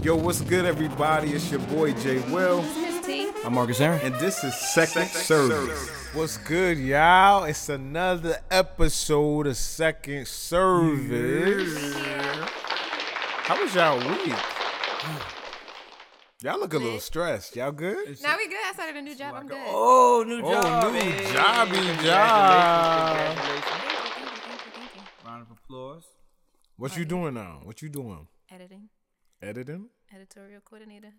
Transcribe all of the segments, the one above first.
Yo, what's good, everybody? It's your boy Jay Will, I'm Marcus Aaron. and this is Second Service. What's good, y'all? It's another episode of Second Service. How was y'all week? Y'all look a little stressed. Y'all good? Now we good. I started a new job. I'm good. Oh, new job. Oh, new hey. jobby Congratulations, job. Thank congratulations. you, thank you, thank you, thank you. Round of applause. What you doing now? What you doing? Editing, Editing? editorial coordinator.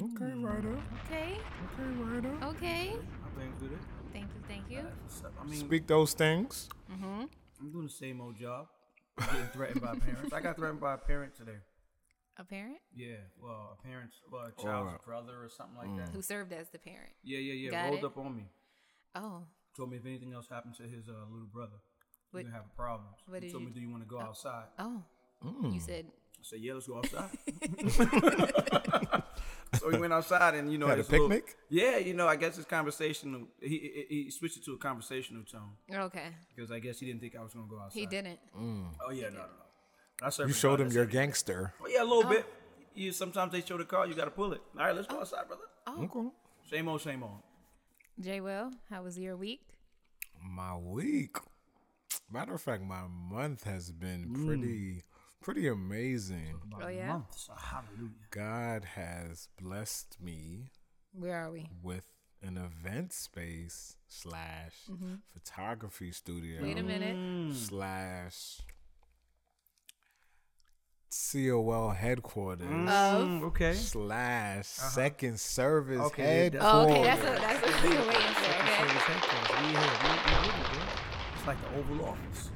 Okay, writer. Okay, Okay, writer. okay. I've been good. at- Thank you, thank you. I mean, Speak those things. Mm-hmm. I'm doing the same old job. I'm getting threatened by parents. I got threatened by a parent today. A parent Yeah, well, a parent's, well, a child's Alright. brother or something like that. who served as the parent. Yeah, yeah, yeah. Got Rolled it. up on me. Oh, Told me if anything else happened to his uh, little brother, we're What- gonna have problems. what he did told you me, "Do you want to go outside?" oh. Mm. You said I said, "Yeah, let's go outside." so we went outside, and you know, Had a it's little- picnic? yeah, you know, I guess it's conversational. He, he he switched it to a conversational tone okay. because I guess he didn't think I was gonna go outside. He didn't. Mm. Oh yeah, no, no, no. I You certainly showed thought him that your said- gangster. Oh, yeah, a little bit. You sometimes they show the car, you gotta pull it. All right, let's Oh. go outside, brother. Okay. Same old, same old. Jay Will, how was your week? My week. Matter of fact, my month has been Mm. pretty, pretty amazing. Oh yeah. Months. Hallelujah. God has blessed me Where are we? with an event space slash photography studio Mm-hmm. Wait a minute. Mm. slash COL headquarters Oh. Of. Mm-hmm, Okay. slash second service Okay, that- Oh, Mm. Uh-huh. okay. headquarters. That's a, that's what we were waiting for. Okay. It's like the Oval Office.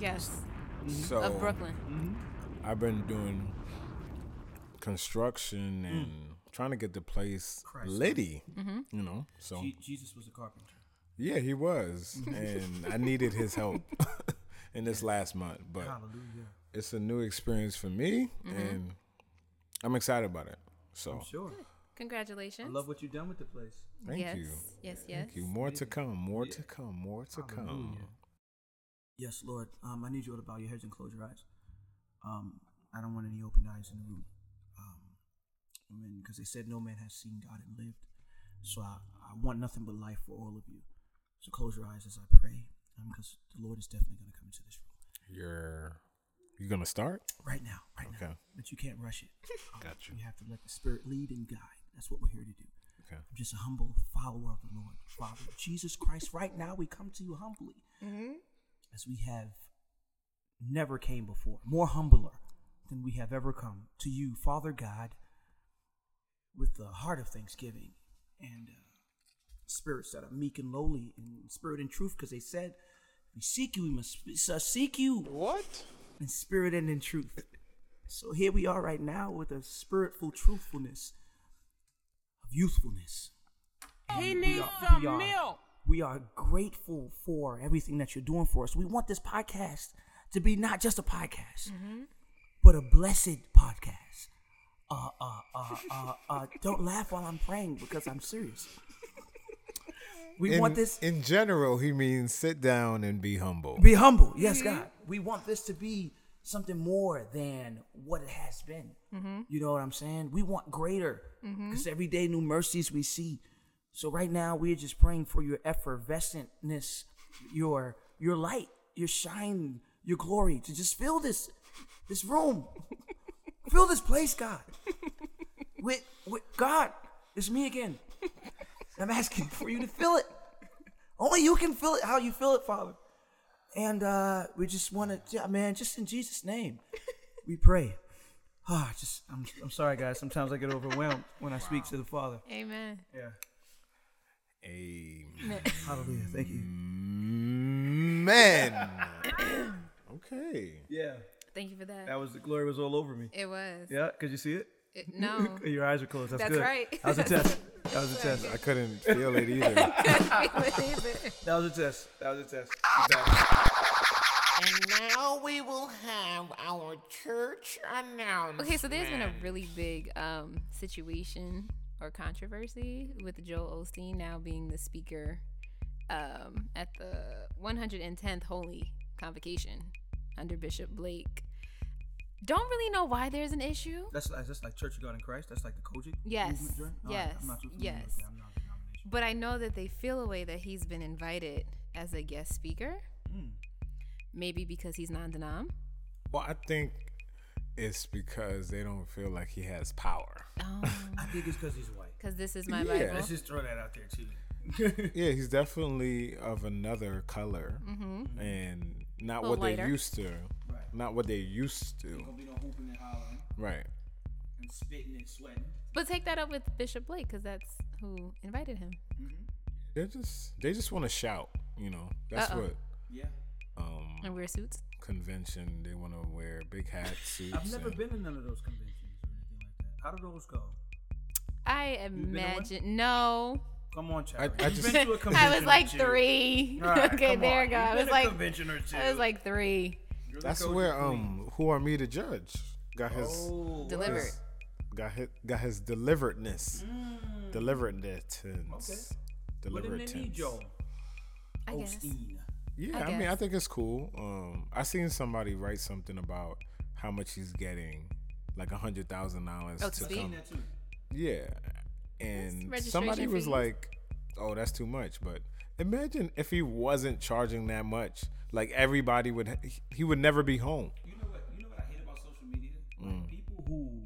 Yes. so Of Brooklyn. I've been doing construction and trying to get the place Hmm. Christ. litty, Mm-hmm. you know. So Je- Jesus was a carpenter. yeah, he was, and I needed his help in this last month, but. Hallelujah. it's a new experience for me Mm-hmm. and I'm excited about it. So Sure. I Congratulations. love what you've done with the place. thank yes. you. Yes. Yes. Thank you. More to come, more to come, more to come. Yes, Lord. Um, I need you all to bow your heads and close your eyes. Um, I don't want any open eyes in the room. Um, amen. Because they said no man has seen God and lived. So I, I want nothing but life for all of you. So close your eyes as I pray. Because the Lord is definitely going to come into this room You're you gonna start? right now, right now. Okay. But you can't rush it. Um, Got you. You have to let the Spirit lead and guide. That's what we're here to do. Okay. I'm just a humble follower of the Lord, Father Jesus Christ. Right now, we come to you humbly, as we have never came before, more humbler than we have ever come to you, Father God, with the heart of thanksgiving and uh, spirits that are meek and lowly, and spirit and truth, because they said, "We seek you, we must uh, seek you." What? in spirit and in truth. So here we are right now with a spiritful truthfulness of youthfulness. He needs some we are, milk. We are grateful for everything that you're doing for us. We want this podcast to be not just a podcast, but a blessed podcast. Uh, uh, uh, uh, uh, don't laugh while I'm praying because I'm serious. We in, want this in general, he means sit down and be humble. be humble. Yes, God. We want this to be something more than what it has been. You know what I'm saying? We want greater because every day new mercies we see. So right now we're just praying for your effervescentness, your your light, your shine, your glory to just fill this this room, fill this place, God. With with God, it's me again. I'm asking for you to fill it. Only you can fill it how you feel it, Father. And uh, we just want to, yeah, man, just in Jesus' name, we pray. Ah, just I'm, I'm sorry, guys. Sometimes I get overwhelmed when I speak to the Father. Amen. Yeah. Hallelujah. Thank you. Amen. okay. Yeah. Thank you for that. That was the glory was all over me. it was. Yeah. Could you see it? It- no. Your eyes are closed. That's, That's good. right. That was a test. That was a test. I couldn't feel it either. That was a test. That was a test. Exactly. And now we will have our church announcement. Okay, so there's been a really big um, situation or controversy with Joel Osteen now being the speaker um, at the 110th Holy Convocation under Bishop Blake. don't really know why there's an issue. That's like, that's like Church of God in Christ. That's like the Kojic. Yes, movement joint? All yes, I'm not too familiar with yes. that. I'm not the denomination. But I know that they feel a way that he's been invited as a guest speaker. Hmm. Maybe because he's non denom. Well, I think it's because they don't feel like he has power. I think it's because he's white. Because this is my Yeah. Bible. Let's just throw that out there too. Yeah, he's definitely of another color, Mm-hmm. and not Little what lighter. they used to. Right. Not what they used to. Gonna be no hooping and hollering Right. and spitting and sweating. But take that up with Bishop Blake because that's who invited him. They just they just want to shout. You know, that's Uh-uh. Uh-oh. what Yeah. um And wear suits. convention they want to wear big hats, suits. I've never and- been to none of those conventions or anything like that. How do those go? I been to one? imagine. No. Come on, child. I You've just- been to a I convention was or like two. three. All right, okay, come there on. you go. You've I been was to a like, convention or two. I was like three. You're the That's Kojic where queen. um who are me to judge got his Oh, Delivered. word. got his got his deliveredness. Mm. Deliveredness. What did they need, Joel? I guess. Osteen. Yeah, I I, mean, guess. I think it's cool. Um, I seen somebody write something about how much he's getting, like a hundred thousand dollars Oh, to to speak? come. That too. Yeah, and That's somebody registration was fees. like, "Oh, that's too much." But imagine if he wasn't charging that much. Like everybody would, ha- he would never be home. You know what? You know what I hate about social media? Like Mm. people who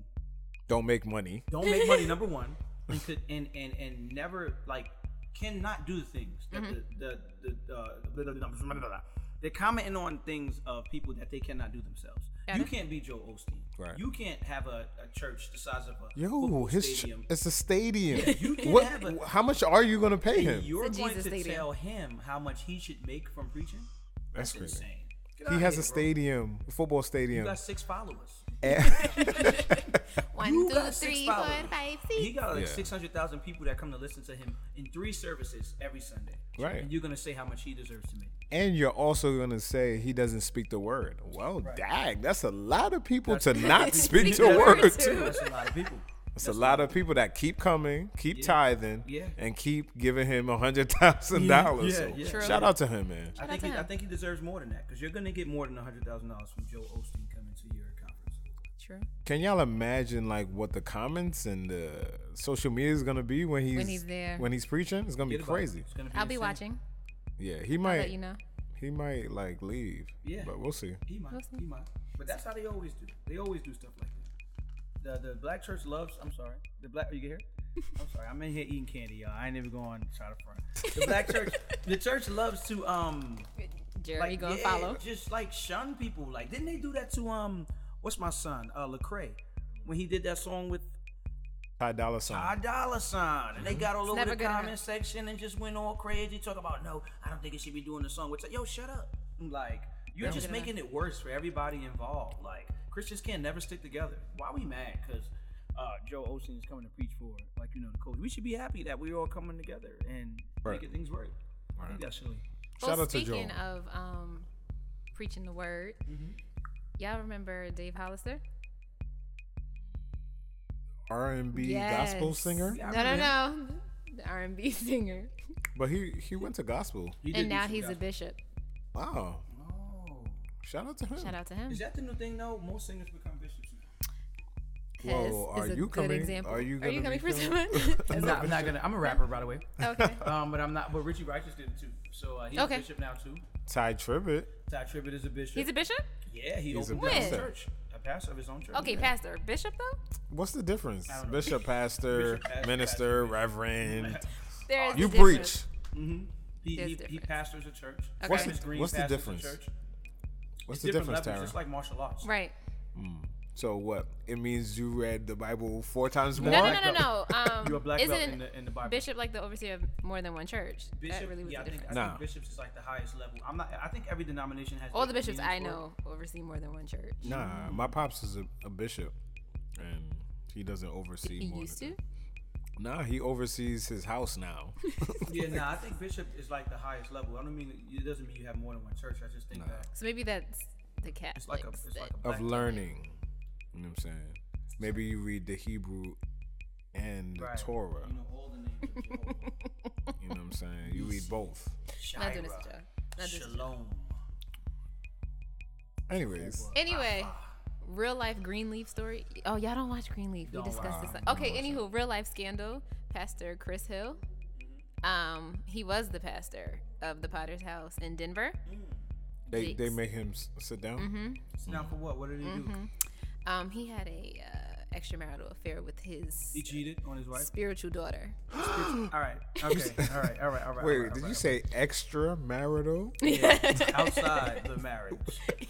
Don't make money. don't make money number one and could and and and never like cannot do the things that Mm-hmm. the the the, uh, blah, blah, blah, blah, blah, blah. they're commenting on things of people that they cannot do themselves Got you it. can't be joe osteen Right. you can't have a, a church the size of a Yo, football his ch- stadium it's a stadium. you can what? have a- how much are you gonna pay and him? you're It's a going Jesus to stadium. tell him how much he should make from preaching That's it's crazy. insane Get He outta has here, a bro. stadium, a football you stadium. got six followers One, You two, three, got six four, followers. five, He six. got like Yeah. 600,000 people that come to listen to him in three services every Sunday. Right. And you're going to say how much he deserves to make. And you're also gonna say he doesn't speak the word. Well, dang, that's a lot of people That's- to not speak Speak the the word word. too. That's a lot of people. It's a lot of people that keep coming, keep tithing, Yeah. and keep giving him a hundred thousand dollars. Yeah, So yeah. True. shout out to him, man. I think, he, I think he deserves more than that because you're going to get more than $100,000 from Joe Osteen coming to your conference. True. Can y'all imagine like what the comments and the social media is gonna be when he's he's there. when he's preaching? It's gonna be Forget about it. crazy. It's gonna I'll be insane. watching. Yeah, he I'll might let you know. he might like leave. Yeah. but we'll see. He might. We'll see. He might. But that's how they always do. They always do stuff like that. The, the black church loves. I'm sorry. The black. You get here? I'm sorry. I'm in here eating candy, y'all. I ain't even going to try to front. The black church. the church loves to um Jerry, like you gonna yeah, follow? Just like shun people. Like didn't they do that to um what's my son uh Lecrae when he did that song with Ty Dolla Sign. our dollar sign and they got all over Mm-hmm. never the good enough. comment section and just went all crazy talk about no I don't think it should be doing the song. It's like yo shut up. I'm like you're just Good enough. making it worse for everybody involved. Like Christians can never stick together. Why we mad? Because uh, Joe Osteen is coming to preach for like you know the coach. We should be happy that we're all coming together and Right. making things work. I think that's silly. Well, Shout out to Joel. Mm-hmm. speaking of um, preaching the word, y'all remember Dave Hollister? R and B gospel Yes. singer. Yeah, I no, no, remember no, the R and B singer, But he he went to gospel. He did and do now some he's a gospel. bishop. Wow. Oh. Shout out to him. Shout out to him. Is that the new thing though? Most singers become bishops now. Hess Whoa, is are a you good coming- Example. are you are you gonna coming be for someone? coming- I'm not, I'm not gonna. I'm a rapper, by the way. okay. Um, but I'm not. But Richie Righteous did it too. So uh, he's Okay. a bishop now too. Ty Tribbett. Ty Tribbett is a bishop. He's a bishop. yeah, he He's a opened up his bishop. church, a pastor of his own church. Okay, pastor, bishop though. What's the difference? I don't know. Bishop, pastor, Bishop, pastor, minister, reverend. There is You a preach. difference. He, There's he, he difference. pastors a church. Okay. What's Thomas the- Green what's the pastors a difference? church. What's the Different difference, levels, Tyra? just like martial arts. Right. so what? It means you read the Bible four times more. No, no, black no, no, no. Um, You're a black belt isn't in the, in the Bible. bishop like the overseer of more than one church? Bishop, that really was yeah, I the think, difference. I Nah. think bishops is like the highest level. I'm not. I think every denomination has. All the different bishops I meanings for it. know oversee more than one church. Nah, my pops is a, a bishop, and he doesn't oversee. He more used than- to. Nah, he oversees his house now. Yeah, no, I think bishop is like the highest level. I don't mean it doesn't mean you have more than one church. I just think that So maybe that's the Catholics. it's like a it's like a black of learning. You know what I'm saying? Maybe you read the Hebrew and the Right. Torah. You know all the names of Jehovah. You know what I'm saying? You read both. Not doing this Jireh, to Joe. Not doing this to Joe. Shalom. Anyways, Anyway, real life Greenleaf story. Oh, y'all don't watch Greenleaf. Don't we discussed watch this. Okay, anywho, real life scandal. Pastor Chris Hill. Mm-hmm. Um, he was the pastor of the Potter's House in Denver. Mm-hmm. They they Yikes. Mm-hmm. make him s- sit down. Mm. Now for what? What did he do? Um, he had a uh, extramarital affair with his He cheated on his wife. spiritual daughter. All right. Okay. All right. All right. All right. Wait, did you say extramarital? outside the marriage?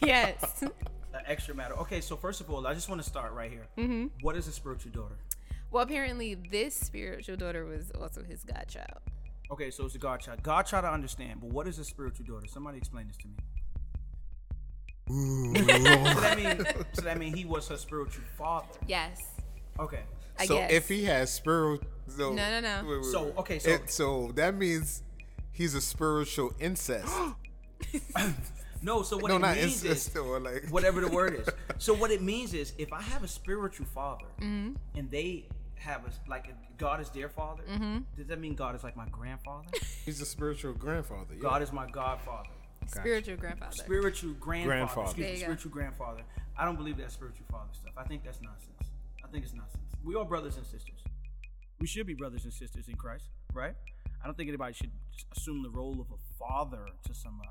yes. An extra matter. Okay. So first of all, I just want to start right here. Mm-hmm. What is a spiritual daughter? Well, apparently this spiritual daughter was also his godchild. Okay. So it's a godchild. Godchild, I understand. But what is a spiritual daughter? Somebody explain this to me. so that mean so that mean he was her spiritual father. Yes. Okay. I so guess. if he has spiritual, so, No, no, no. Wait, wait, So, wait. okay, so- It- so that means he's a spiritual incest. No. So what no, it not means is incest. Or like whatever the word is. So what it means is, if I have a spiritual father, and they have a like if God is their father, does that mean God is like my grandfather? He's a spiritual grandfather. Yeah. God is my godfather, spiritual grandfather. spiritual grandfather, Grandfather. Excuse There me, you go. spiritual grandfather. I don't believe that spiritual father stuff. I think that's nonsense. I think it's nonsense. We are brothers and sisters. We should be brothers and sisters in Christ, right? I don't think anybody should just assume the role of a father to somebody.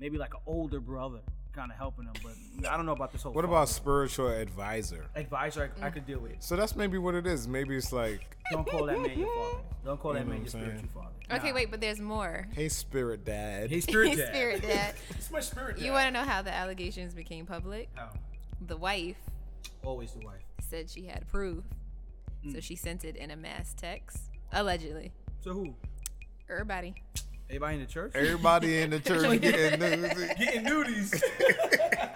Maybe like an older brother, kind of helping them. But I don't know about this whole. What father about spiritual advisor? advisor? I, I could deal with. it. So that's maybe what it is. Maybe it's like, Don't call that man your father. Don't call that know man what your I'm saying? spiritual father. Okay, Nah. wait, but there's more. hey, spirit dad. His He's spirit dad. spirit dad. It's my spirit dad. You want to know how the allegations became public? How? The wife Always the wife. said she had proof, Mm. so she sent it in a mass text, allegedly. So who? Everybody. Everybody in the church? Everybody in the church getting nudes. Getting nudies.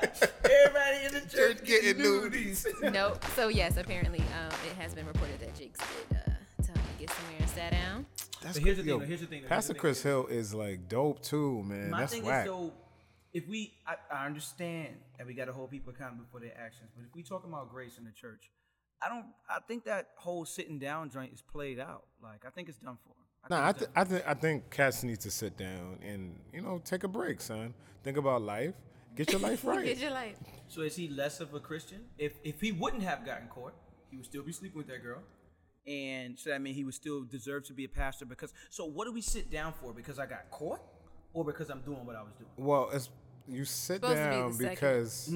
Everybody in the church. Church getting nudies. nope. So yes, apparently, um, it has been reported that Jakes did uh, tell him to get somewhere and sat down. That's But here's the cra- thing, though, here's the thing, though, here's Pastor the thing. Chris Hill is like dope too, man. My that's thing whack. is though, if we, I, I understand that we got to hold people accountable for their actions, but if we talking about grace in the church, I don't. I think that whole sitting down joint is played out. Like I think it's done for. No, I, it's th- done. I think I think cats need to sit down and you know take a break, son. Think about life. Get your life right. Did you like? So is he less of a Christian? If if he wouldn't have gotten caught, he would still be sleeping with that girl. And so that mean he would still deserve to be a pastor because so what do we sit down for? Because I got caught? Or because I'm doing what I was doing? well, it's you sit Supposed to be the down second. because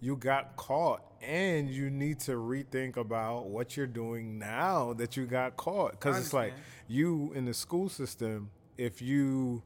you got caught and you need to rethink about what you're doing now that you got caught. Because it's like you in the school system, if you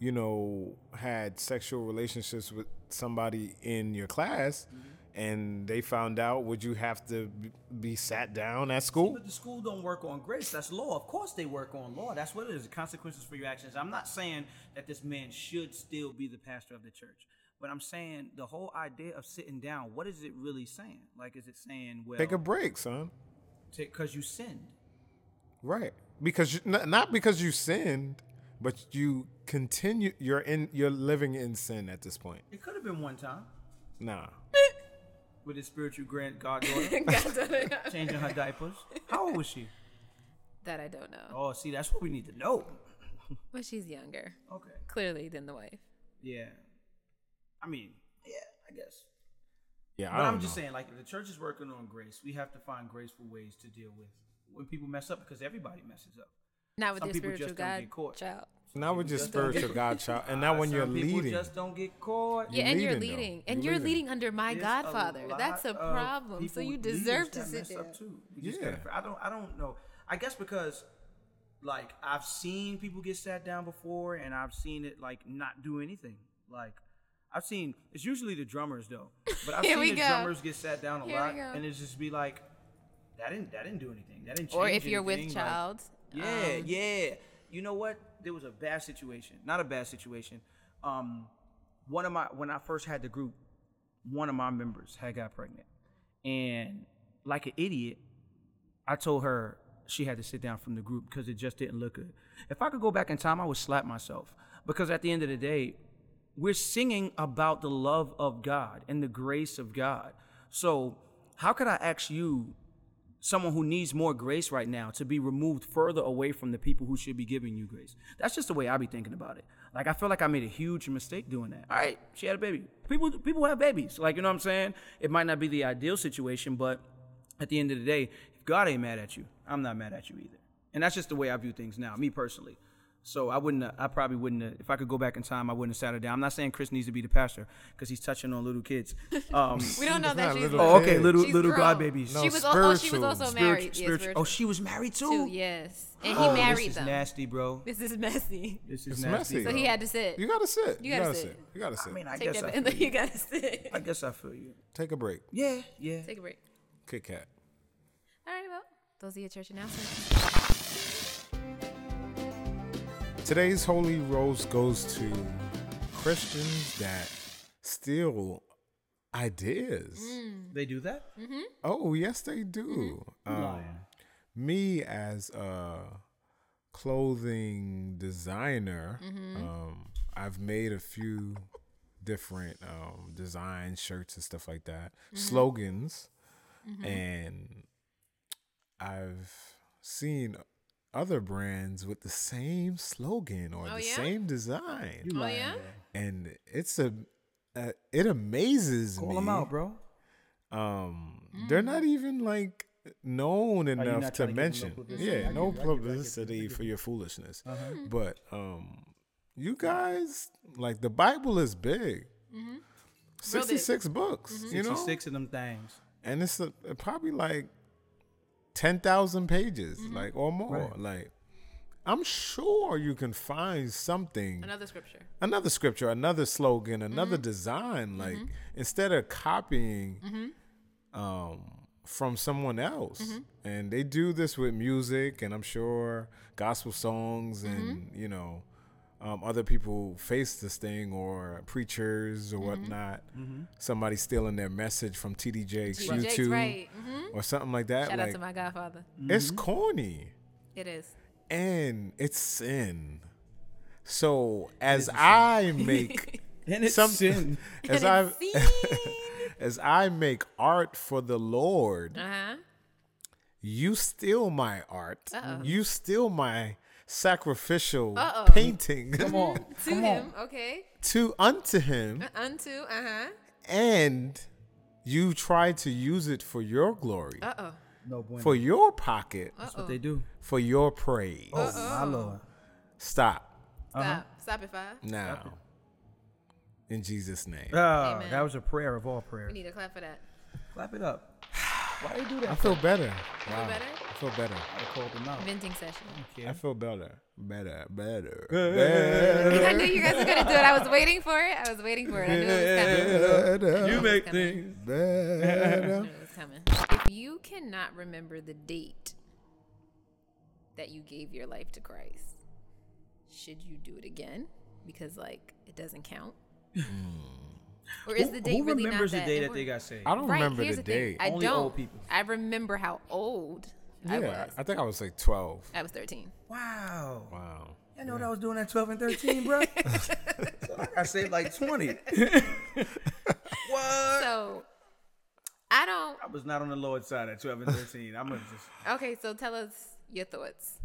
you know had sexual relationships with somebody in your class. Mm-hmm. And they found out. Would you have to be- be sat down at school? But the school don't work on grace. That's law. Of course they work on law. That's what it is. Consequences for your actions. I'm not saying that this man should still be the pastor of the church. But I'm saying the whole idea of sitting down, what is it really saying? Like is it saying, well, Take a break, son. because you sinned. Right. Because you, not, not because you sinned, but you continue. You're in. You're living in sin at this point. It could have been one time Nah. with his spiritual grand goddaughter. that changing her diapers. How old was she? I don't know. Oh, see, that's what we need to know. But she's younger, Okay. clearly, than the wife. Yeah. I mean, yeah, I guess. Yeah. But I I'm don't just know. saying, like, if the church is working on grace, we have to find graceful ways to deal with when people mess up because everybody messes up. Not with Some your people spiritual just don't god get caught. child. Now we're just spiritual godchild, and now when Uh, Some you're people leading, just don't get caught. You're yeah, and you're leading, though. leading, and You're you're leading. leading under my There's a godfather. That's a lot of problem. So people you with leaders deserve to that sit mess there. up, too. You just Yeah. gotta- I don't. I don't know. I guess because, like, I've seen people get sat down before, and I've seen it like not do anything. Like, I've seen it's usually the drummers though, but I've Here seen we the go. drummers get sat down a Here we lot, go. and it just be like, that didn't that didn't do anything. That didn't. Change Or if you're with anything, like- child. yeah, um, yeah. You know what? There was a bad situation. Not a bad situation. Um, one of my when I first had the group, one of my members had got pregnant, and like an idiot, I told her she had to sit down from the group because it just didn't look good. If I could go back in time, I would slap myself because at the end of the day, we're singing about the love of God and the grace of God. So how could I ask you someone who needs more grace right now to be removed further away from the people who should be giving you grace. That's just the way I be thinking about it. Like I feel like I made a huge mistake doing that. All right, she had a baby. People people have babies. Like you know what I'm saying? It might not be the ideal situation, but at the end of the day, if God ain't mad at you, I'm not mad at you either. And that's just the way I view things now, me personally. So I wouldn't, I probably wouldn't, if I could go back in time, I wouldn't have sat her down. I'm not saying Chris needs to be the pastor because he's touching on little kids. Um, We don't know It's that not she's. little little. oh, okay, kids. little She's little grown. God babies. She No, was. al- Oh, she was spiritual. also Spiritual- married. Yeah, spiritual- Oh, she was married too. spiritual, Yes, and he Oh, married this them. is nasty, bro. This is messy. This is It's nasty. messy. So he had to sit. You gotta sit. You You gotta gotta, sit. sit. You gotta sit. I mean, I Take guess I that feel back. you. You gotta sit. I guess I feel you. Take a break. Yeah, yeah. Take a break. Kit Kat. All right, well, those are your church announcements. Today's holy roast goes to Christians that steal ideas. They do that? Mm-hmm. Oh, yes, they do. Um, me as a clothing designer, um, I've made a few different um, design shirts and stuff like that, slogans, and I've seen other brands with the same slogan or Oh, the yeah? same design, Oh yeah. and it's a, uh it amazes Call me them out, bro. um they're not even like known you're enough not to trying to give them no mention publicity. I yeah get no you, I get you, Uh-huh. I get you, I publicity for your foolishness but um you guys like the bible is big 66 books Mm-hmm. you know 66 of them things. and it's a, probably like 10,000 pages like or more Right. like i'm sure you can find something Another scripture. another scripture, another slogan, another Mm-hmm. design. Like instead of copying Mm-hmm. um, from someone else, and they do this with music, and I'm sure gospel songs, and Mm-hmm. you know, um, other people face this thing or preachers or Mm-hmm. whatnot. Somebody stealing their message from TD Jakes, Right. Jakes, YouTube, right. Mhm. or something like that. Shout out like to my godfather. it's corny It is. and it's sin. So as I make And it's something, as I It's seen. as I make art for the Lord, Uh-huh. you steal my art. You steal my sacrificial Uh-oh. painting To him, okay. Uh, to unto Him, Unto, uh-huh. and you try to use it for your glory, Uh-oh. No bueno. for your pocket, That's Oh. what they do. for your praise. Oh, my Uh-huh. lord. Stop Stop. Stop it, five. now, in Jesus' name. Ah, Amen. that was a prayer of all prayers. We need a clap for that. Clap it up. Why they do that? I feel better. Wow. better? I feel better. I called them out. Venting session. I feel better. Better. Better. Better. I knew you guys were gonna do it. I was waiting for it. I was waiting for it. I knew it was coming. better. make things better. It was coming. If you cannot remember the date that you gave your life to Christ, should you do it again? Because like it doesn't count. or is the date Hmm. Who really remembers not the day that important? they got saved? I don't Right, remember here's the thing. date. I Only don't. old people. I remember how old I yeah, was. I think I was like 12. I was 13. Wow. Wow. I know what I was doing at 12 and 13, bro. so I saved like 20. I So I don't. was not on the Lord's side at 12 and 13. I'm gonna just Okay, so tell us your thoughts.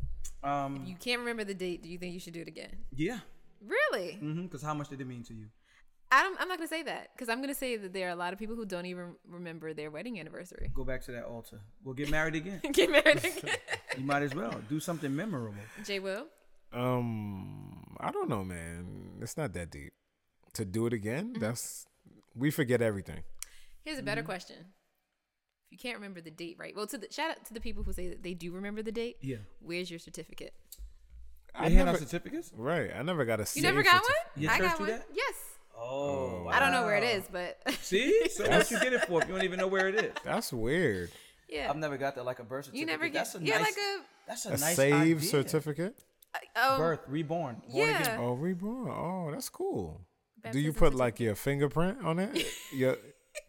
um You can't remember the date. Do you think you should do it again? yeah. Really? Mhm, cuz how much did it mean to you? I don't, I'm not going to say that because I'm going to say that there are a lot of people who don't even remember their wedding anniversary. Go back to that altar. We'll get married again. Get married again. You might as well do something memorable. J. Will? Um, I don't know, man. It's not that deep. To do it again, Mm-hmm. that's we forget everything. Here's a better Mm-hmm. question. If you can't remember the date, right? Well, to the shout out to the people who say that they do remember the date. Yeah. Where's your certificate? I They hand out never- certificates? right. I never got a You never got one? Your I church got do one. that? Yes. Oh. I don't know where it is, but See? So what you get it for if you don't even know where it is? That's weird. yeah. I've never got that like a birth certificate. you never get. that's a yeah, nice, like a. that's a, A, nice save idea. certificate? Oh, Birth, reborn. Born yeah. again. Oh, reborn. Oh, that's cool. Do Baptism you put like your fingerprint on it? your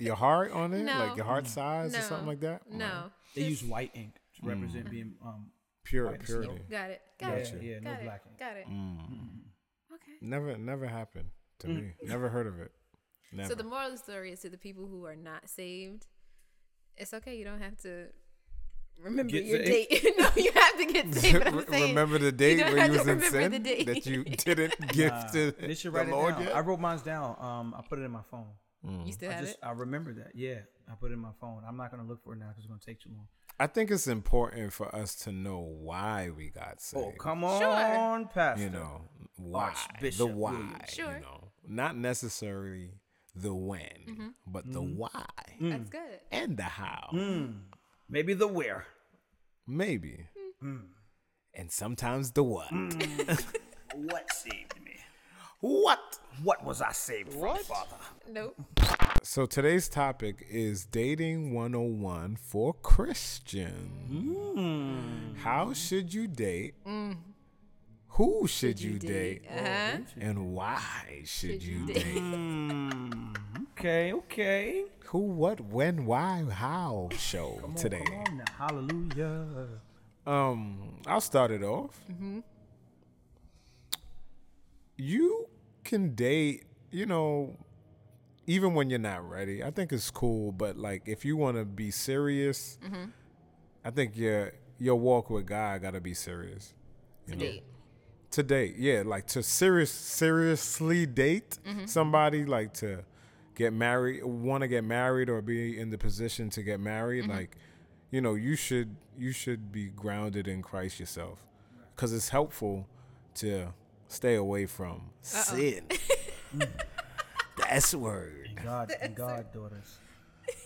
your heart on it? No. Like your heart size no. or something like that? No. They use white ink to Hmm. represent being um Pure see. purity. Got it. Got Yeah, it. yeah, no got it. black ink. Got it. Mm. Okay. Never never happened Mm. to me. Never heard of it. Never. So the moral of the story is to the people who are not saved, it's okay. You don't have to Remember Get your saved? date. no, you have to get saved. but I'm saying remember the date don't where have you to was in remember sin the date. that you didn't give to They should the write it Lord down. yet? I wrote mine down. Um, I put it in my phone. Mm. You still I have just it? I remember that. Yeah, I put it in my phone. I'm not gonna look for it now because it's gonna take too long. I think it's important for us to know why we got saved. Oh come on, Pastor. You know why the Archbishop why. Williams. Sure. You know, not necessarily the when, but the why mm. That's good. and the how. Maybe the where. Maybe. And sometimes the what. What saved me? What? What was I saved from, Father? Nope. Uh-huh. So today's topic is dating 101 for Christians. How should you date? Who should, you, date? Uh-huh. And why should you date? Okay, okay. Who, what, when, why, how show today. Come on now. Hallelujah. Um, I'll start it off. You can date, you know, even when you're not ready. I think it's cool, but like if you want to be serious, I think your your walk with God got to be serious It's a date. to date. Yeah, like to serious seriously date Mm-hmm. somebody, like to get married, want to get married or be in the position to get married, Mm-hmm. like you know, you should you should be grounded in Christ yourself cuz it's helpful to stay away from sin. the S word. God and God daughters.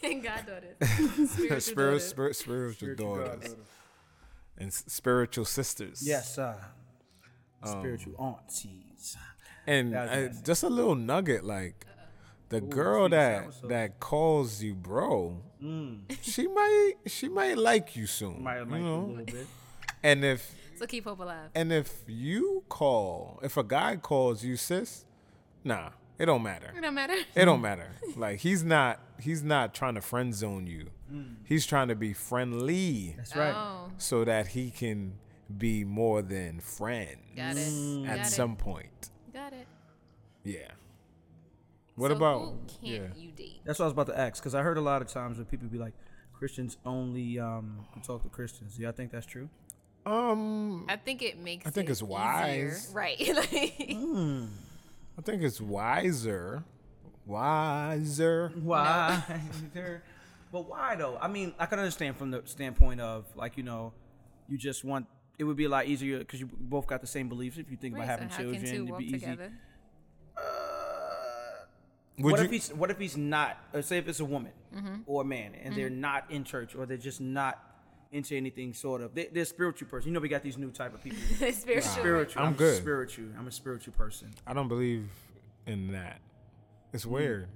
And goddaughters. Spiritual Spirit, daughters. spirit, spiritual, daughters. And s- spiritual sisters. Yes, uh, Um, spiritual aunties. And That was uh, nasty. just a little nugget, like the girl that that calls you bro, she might she might like you soon. Mm. Might like you you a know? little bit. And if So keep hope alive. and if you call, if a guy calls you sis, nah, it don't matter. It don't matter. It don't matter. Like he's not he's not trying to friend zone you. Mm. He's trying to be friendly That's right. Oh, so that he can be more than friend got it. at got some point. It. Got it. Yeah. What So about Who yeah? can't you date? That's what I was about to ask because I heard a lot of times where people be like, Christians only um, talk to Christians. Do y'all think that's true? Um, I think it makes. I think it it's easier. wise. Right. like, I think it's wiser, wiser. Why? but why though? I mean, I can understand from the standpoint of like you know, you just want. It would be a lot easier because you both got the same beliefs. If you think right, about having so how children, can two it'd walk be easy. together? Would what you? if he's what if he's not or say if it's a woman Mm-hmm. or a man and they're not in church or they're just not into anything sort of they, they're a spiritual person you know we got these new type of people Spiritual. spiritual I'm i'm, good. spiritual i'm a spiritual person I don't believe in that. It's Mm. weird.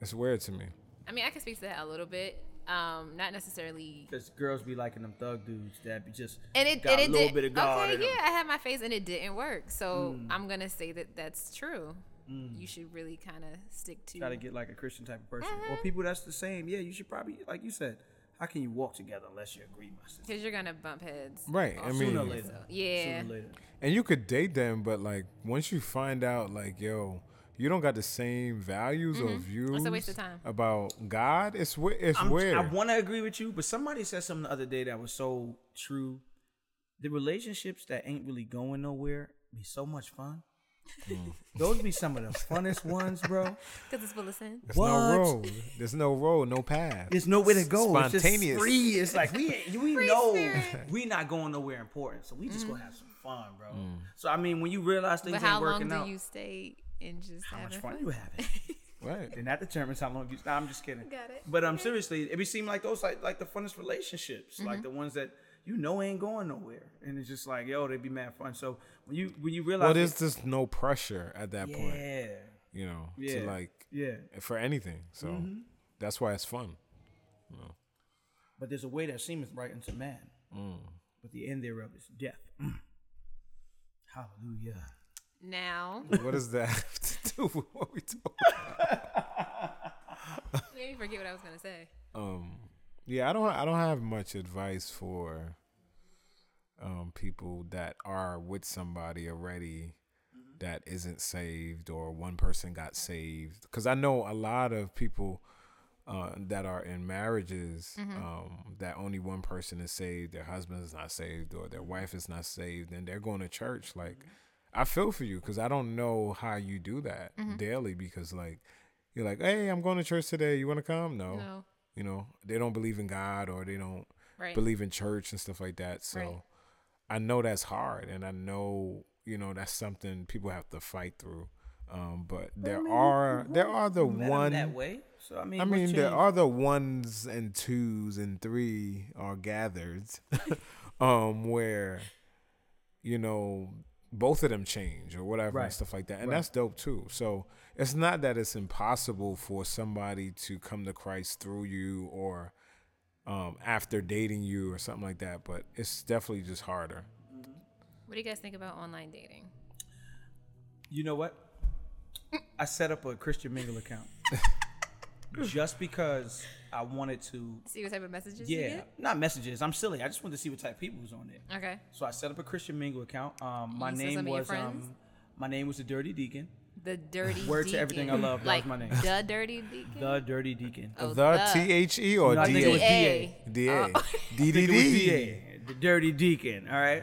It's weird to me. I mean, I can speak to that a little bit. Um, not necessarily. because girls be liking them thug dudes that be just And it, got and it a little did, bit of god Okay, in 'em. Hmm. yeah, I had my face and it didn't work. So I'm gonna say that that's true. You should really kind of stick to. try to Hmm. get like a christian type of person or people that's the same yeah you should probably like you said how can you walk together unless you agree my sister Because you're gonna bump heads. Right. I mean, sooner or later Yeah. sooner or later and you could date them, but like once you find out, like yo. You don't got the same values or views It's Mm-hmm. a waste of time. about God. It's we- it's I'm- weird. I want to agree with you, but somebody said something the other day that was so true. The relationships that ain't really going nowhere be so much fun. Mm. Those be some of the funnest ones, bro. Because it's full of sin. There's no road. There's no road. No path. There's nowhere to go. It's Spontaneous. just free. It's like we we Free know spirit. we not going nowhere important, so we just gonna have some fun, bro. Mm. So I mean, when you realize things But how ain't long working do out, you stay and just how much having fun you having? right. and that determines how long you. Nah, I'm just kidding. Got it. But um, seriously, it be seem like those like like the funnest relationships, like the ones that you know ain't going nowhere, and it's just like yo, they be mad fun. So when you when you realize Well, there's just no pressure at that yeah, point. You know, yeah, Mm-hmm. to like yeah. for anything. So that's why it's fun. But there's a way that seemeth right unto man, Mm. but the end thereof is death. Mm. Hallelujah. Now, What does that have to do with what we talk? about? maybe forget what I was gonna say. Um, yeah, I don't. I don't have much advice for um, people that are with somebody already that isn't saved or one person got saved because I know a lot of people uh, that are in marriages um, that only one person is saved, their husband is not saved, or their wife is not saved, and they're going to church. Like, I feel for you because I don't know how you do that daily because, like, you're like, hey, I'm going to church today. You want to come? No. No. You know, they don't believe in God or they don't Right. believe in church and stuff like that. So Right. I know that's hard, and I know you know that's something people have to fight through. Um, but there are there are the Met 'em one that way. So I mean, I what mean, there changed? are the ones and twos and three are gathered, um, where, you know, both of them change or whatever and Right. stuff like that, and that's dope too. So it's not that it's impossible for somebody to come to Christ through you or um, after dating you or something like that, but it's definitely just harder. What do you guys think about online dating? You know what? I set up a Christian Mingle account just because I wanted to. See what type of messages you Yeah, get? not messages. I'm silly. I just wanted to see what type of people was on there. Okay. So I set up a Christian Mingle account. Um, my you send name some of your was friends? um, my name was the Dirty Deacon. The dirty Word deacon. to everything I love, that was Like my name. The dirty deacon. The Dirty Deacon. Oh, the T H E or No, I D think it was A DA. D A Oh. D It D was D. DA, the Dirty Deacon. All right,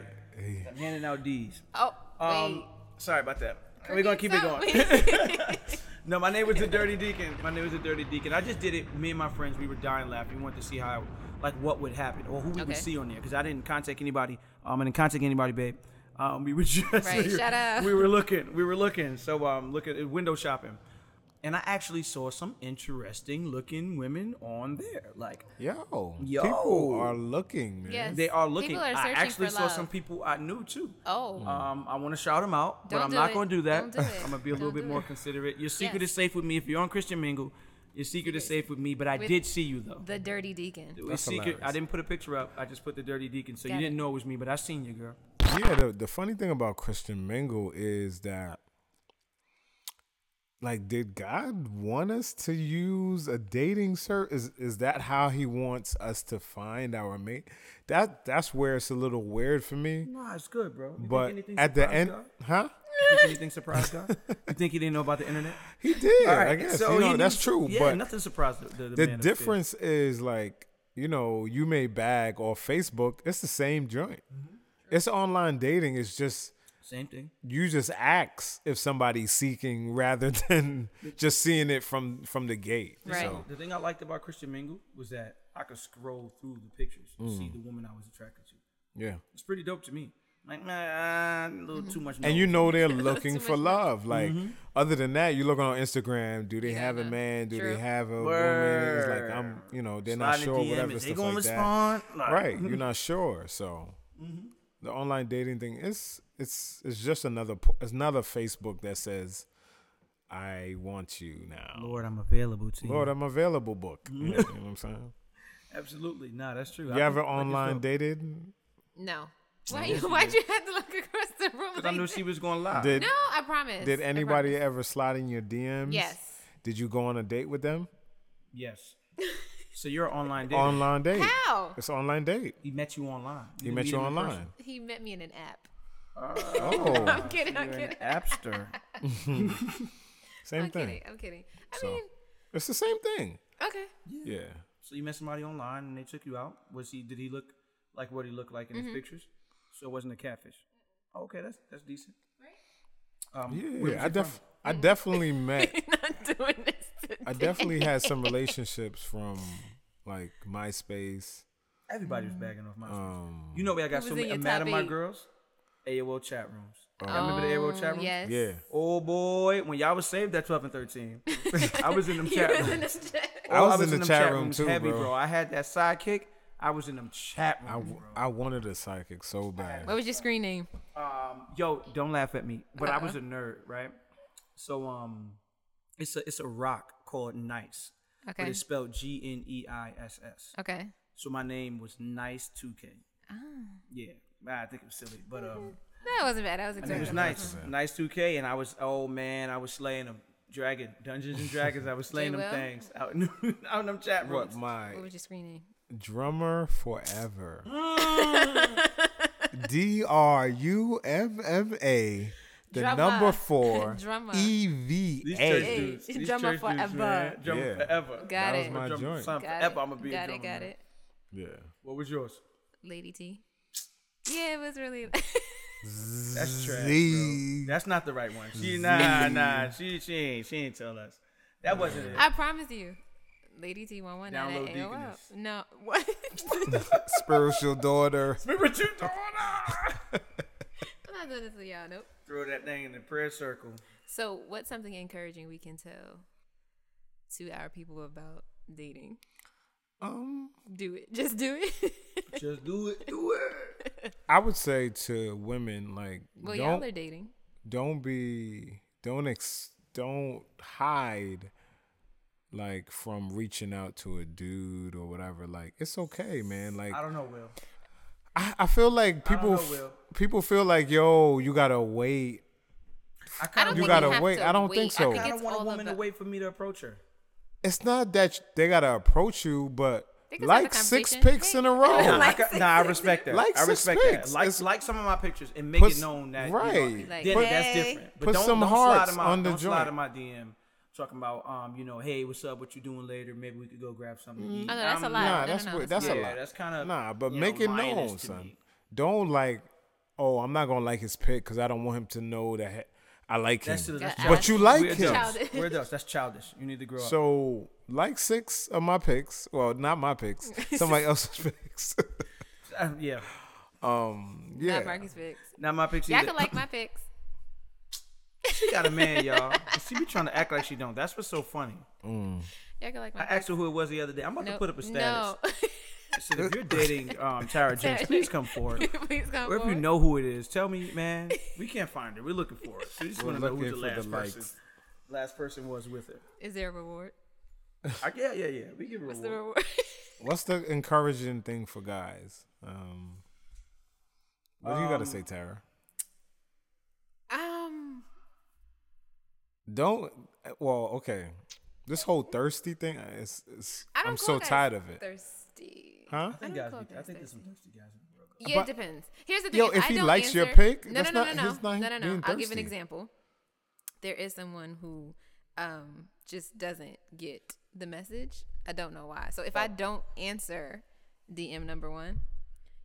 I'm handing out D's. Oh, Um, wait. sorry about that. We're gonna keep it going. No, my name was the Dirty Deacon. My name was the Dirty Deacon. I just did it. Me and my friends, we were dying laughing. We wanted to see how, like, what would happen or who we Okay. would see on there. Because I didn't contact anybody. Um, I didn't contact anybody, babe. Um, we were just Right, we, were- shut up. We were looking. We were looking. So um, look at window shopping, and I actually saw some interesting looking women on there. Like Yo, Yo. people are looking, man. Yes. they are looking. People are I searching actually for saw love. some people I knew too. Oh. Um, I want to shout them out, Don't but I'm do not it. going to do that. Don't do it. I'm going to be a little Don't bit do more it. considerate. Your secret Yes. is safe with me. If you're on Christian Mingle, your secret is safe with me, but I With- did see you, though. the dirty deacon. Your That's secret, I hilarious. didn't put a picture up. I just put the dirty deacon, so Got you it. didn't know it was me, but I seen you, girl. Yeah, the, the funny thing about Christian Mingle is that, like, did God want us to use a dating service? Is is that how He wants us to find our mate? That that's where it's a little weird for me. Nah, it's good, bro. You But think anything at the surprised end, God? huh? You think anything surprised God? You think he didn't know about the internet? He did. All right, I guess so you he know knew- that's true. Yeah, but nothing surprised the, the, the the man upstairs. difference is like you know you may bag or Facebook. It's the same joint. Mm-hmm. It's online dating. It's just Same thing. you just ask if somebody's seeking rather than just seeing it from from the gate. Right. So The thing I liked about Christian Mingle was that I could scroll through the pictures and Mm. see the woman I was attracted to. yeah. It's pretty dope to me. Like, nah, a little too much. And no. Mm-hmm. you know they're Too looking for much love. Like other than that, you look on Instagram. Do they have a man? Do True. they have a woman? It's like I'm. You know they're not Slide in sure. the DM, Whatever is they stuff gonna like respond? Mm-hmm. that. Like- right. You're not sure. So the online dating thing is it's it's just another po- it's another Facebook that says, "I want you now." Lord, Lord, Mm-hmm. I'm available to you. I'm available. Book. You know what I'm saying. Absolutely, nah, that's true. You ever online dated? No. Why you, why'd you have to look across the room? Because I like knew that? she was gonna lie. Did No, I promise. Did I anybody promise. ever slide in your DMs? Yes. Did you go on a date with them? yes. So you're an online dating. Online date. How? It's online date. He met you online. He didn't met meet you him in online. He met me in an app. Uh, Oh, I'm kidding. I'm person. You're kidding. an appster. same thing. I'm kidding. I'm kidding. I So- mean, It's the same thing. okay. Yeah. So you met somebody online and they took you out. Was he? Did he look like what he looked like in his pictures? So it wasn't a catfish. Okay, that's that's decent. Um, where was Yeah. he I from? def I definitely met. Not doing this. To I definitely had some relationships from like MySpace. Everybody was bagging off my. Um. you know where I got Who so was in many. your I'm mad top at my eight? girls. AOL chat rooms. I remember the AOL chat rooms. Yes. um, Yeah. Oh boy, when y'all was saved at 12 and 13, I was in them He chat was in rooms. this chat. Oh, I was in the chat room too, heavy, bro. bro. I had that sidekick. I was in them chat I, rooms. w- I wanted a psychic so bad. What was your screen name? Um, yo, don't laugh at me, but I was Uh-huh. a nerd, right? So um, it's a it's a rock called Nice, but Okay. it's spelled G N E I S S. Okay. So my name was Nice Two K. Ah. Yeah, I think it was silly, but um. That wasn't bad. I was And it was excited. nice, nice 2K, and I was oh man, I was slaying them dragon Dungeons and Dragons. I was slaying them Will? things out in, out in them chat What rooms. my What was your screen name? drummer forever. D R U M M A The Drummer. number four, E Drummer. These church Hey, EVA. dudes, these drummer church dudes, forever. man, drummer Yeah. forever. Got That was it. my Drum- joint. son Got forever. it. I'm gonna be got a drummer. it. Got man. it. Yeah. What was yours? Lady T. Yeah, it was really. That's trash. Z. Bro. That's not the right one. She nah nah. She she ain't she ain't tell us. That wasn't it. I promise you, Lady T one one nine Download at AOL. Deaconess. No, what? Spiritual daughter. Remember you throwing I'm not doing this to y'all. Nope. Throw that thing in the prayer circle. So, what's something encouraging we can tell to our people about dating? Um, Do it. Just do it. Just do it. I would say to women like well, don't y'all are dating. don't be don't ex don't hide like from reaching out to a dude or whatever. Like it's okay, man. Like I don't know, Will. I, I feel like I don't people know, f- Will. people feel like yo, you gotta wait. I I kind don't of You think want, gotta we have wait. to I don't think so. I I think don't it's want a all woman about, to wait for me to approach her. It's not that sh- they gotta approach you, but They can start like the six conversation. picks in a Hey. row. Nah, I, Like ca- six Oh, nah, I respect that. Like I six respect pics. that. Like, It's- like some of my pictures and make Puts- it known that you know, right. Like, then that's hey. different. But Put don't, some don't hearts slide in my, on the don't slide joint. in my DM talking about um you know hey what's up what you doing later maybe we could go grab something. to eat. Oh, no, that's a I'm- lot. Nah, No, that's no, no, what, that's that's not- a Yeah, lot. that's kinda, nah. But you know, make it lioness known, to son. me. Don't like, oh, I'm not gonna like his pick because I don't want him to know that he- I like him. That's just- that's But but childish. you you like We're him, Childish. adults. We're adults. That's childish. You need to grow up. so like six of my picks. Well, not my picks. Somebody else's picks. Uh, yeah. um, Not yeah. Marcus Vicks. Not my picture. Y'all either. can like my pics. she got a man, y'all. And She be trying to act like she don't. That's what's so funny. Y'all can like I my. asked her who it was the other day. I'm about to Nope. put up a status. No. I said, if you're dating um, Tara Jenks, please come forward. Please come Or if you forward. know who it is, tell me, man. We can't find her. We're looking for her. We just We're want to know who looking the for the last person, likes. last person was with her. Is there a reward? I, yeah, yeah, yeah. We give her a What's the reward. reward? What's the encouraging thing for guys? Um, what do you gotta say, Tara? um. Don't. Well, okay. This whole thirsty thing. It's. it's I don't I'm call so guys tired of it. Thirsty. Huh? I think, I don't guys, call be- I guys think there's some thirsty. thirsty guys in the world. Yeah, But- it depends. Here's the thing. Yo, I if he don't likes answer, your pick, no, that's no, no, not- no, no, he's not no, no, no. being I'll give an thirsty. example. There is someone who um, just doesn't get the message. I don't know why. So if Oh. I don't answer DM number one,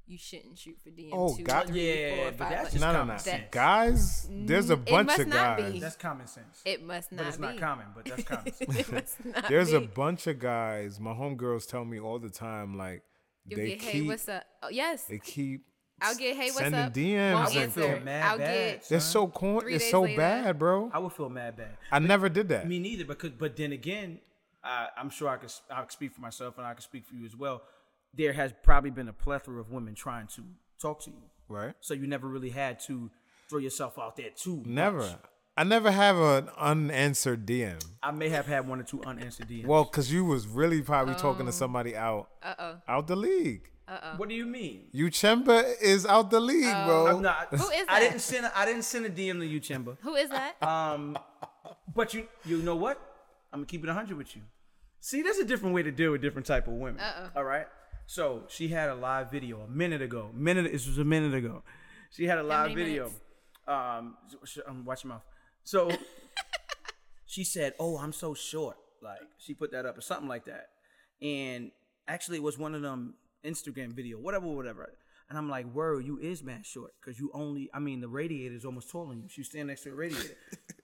you shouldn't shoot for DM Oh, two, God. three, Yeah, four, but five, that's like- just No, no, common no. sense. Guys, there's a bunch must of not guys. be. That's common sense. It must not but it's be. not common, but that's common sense. it must not There's be. a bunch of guys. My homegirls tell me all the time, like You'll they get, hey, keep what's up? Oh, yes. they keep. I'll get, hey, what's sending up? DMs Won't and- I would feel answer. mad I'll bad. get. They're so corn. Three It's days so later. bad, bro. I would feel mad bad. I never did that. Me neither, because but then again, I, I'm sure I could s- I could speak for myself and I could speak for you as well. There has probably been a plethora of women trying to talk to you, Right? so you never really had to throw yourself out there too. much. Never. I never have an unanswered DM. I may have had one or two unanswered DMs. Well, cause you was really probably Um, talking to somebody out Uh oh. out the league. what do you mean? You Chemba is out the league, Oh. bro. I'm not. Who is that? I didn't send. A, I didn't send a DM to you, Chimba. Who is that? Uh, But you, you know what? I'm gonna keep it 100 with you. See, there's a different way to deal with different type of women. All right. So she had a live video a minute ago. Minute. This was a minute ago. She had a live many video. minutes? Um, sh- um, watch your mouth. So she said, "Oh, I'm so short." Like she put that up or something like that. And actually, it was one of them Instagram video, whatever, whatever. And I'm like, "Word, you is mad short because you only. I mean, the radiator is almost taller than you. She stand next to a radiator.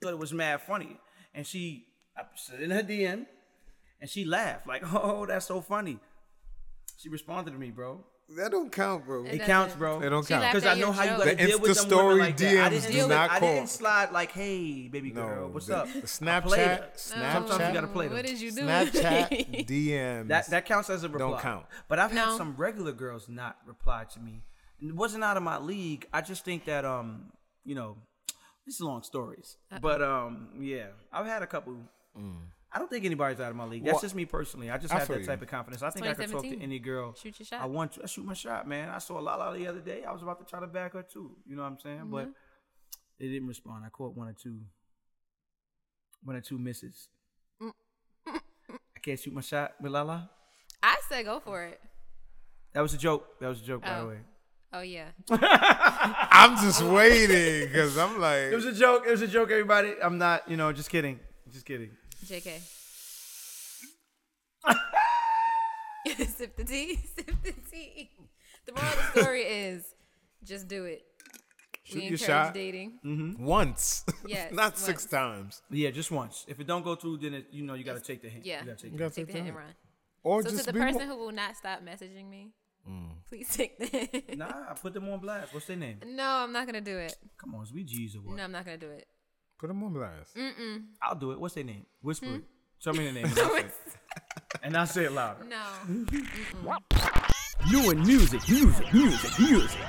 Thought it was mad funny. And she, I said in her DM, and she laughed like, "Oh, that's so funny." She responded to me, bro. That don't count, bro. It counts, doesn't. bro. It don't She count. laughed Because I know how The you gotta deal with Insta them story women like that. I DMs didn't, do deal with- not I call. didn't slide like, "Hey, baby No, girl, what's the- up?" the I played Snapchat- it. Snapchat- Sometimes you gotta play them. What did you do? Snapchat DMs. That that counts as a reply. Don't count. But I've had No. some regular girls not reply to me. It wasn't out of my league. I just think that um, you know, this is long stories. But um, yeah, I've had a couple. I don't think anybody's out of my league. That's Mm. Well, just me personally. I just I have feel that you. type of confidence. I think I could talk to 2017. any girl. Shoot your shot. I want to. I shoot my shot, man. I saw Lala the other day. I was about to try to back her too. You know what I'm saying? But Mm-hmm. they didn't respond. I caught one or two. One or two misses. I can't shoot my shot with Lala. I said go for it. That was a joke. That was a joke, by the Oh. way. Oh yeah. I'm just waiting because I'm like, It was a joke. It was a joke, everybody. I'm not, you know, just kidding. Just kidding. JK. sip the tea. Sip the tea. The moral of the story is just do it. Shoot we your encourage shot. dating. Mm. once, Yes, not six once. times, Yeah, just once. If it don't go through, then it, you know you gotta take the hint. Yeah. You gotta take You the hint. gotta Take the take hint and time. run. or So just to the be person mo- who will not stop messaging me, Mm. please take the hint. Nah, put them on blast. What's their name? No, I'm not gonna do it. Come on, is we G's or what? No, I'm not gonna do it. put him on blast. Mm. I'll do it. What's their name? Whisper it. Tell me the name. and I'll say it louder. No. You and music, music, music, music.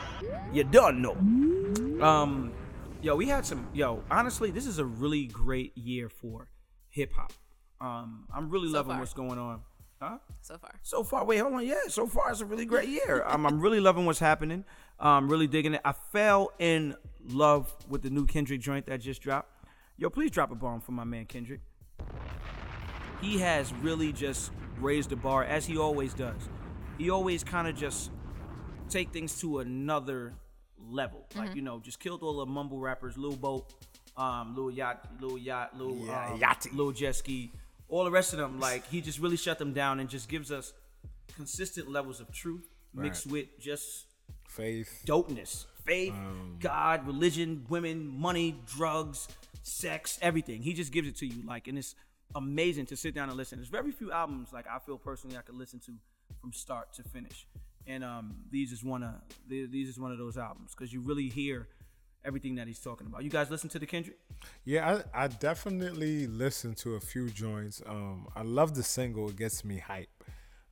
You don't know. Um, yo, we had some. Yo, honestly, this is a really great year for hip hop. Um, I'm really loving far. what's going on. Huh? So far. So far, wait, hold on. Yeah, so far it's a really great year. I'm, I'm really loving what's happening. I'm really digging it. I fell in love with the new Kendrick joint that just dropped. Yo, please drop a bomb for my man Kendrick. He has really just raised the bar as he always does. He always kind of just take things to another level. Like you know, just killed all the mumble rappers, Lil Boat, um, Lil Yacht, Lil Yacht, Lil Yeah, um, Yachty. Lil Jet Ski, all the rest of them. Like he just really shut them down and just gives us consistent levels of truth mixed Right. with just Faith, dopeness, faith, Um, God, religion, women, money, drugs, sex, everything. He just gives it to you like, and it's amazing to sit down and listen. There's very few albums like I feel personally I could listen to from start to finish, and um, these is one of the- these is one of those albums because you really hear everything that he's talking about. You guys listen to the Kendrick? yeah, I, I definitely listened to a few joints. Um, I love the single; it gets me hype.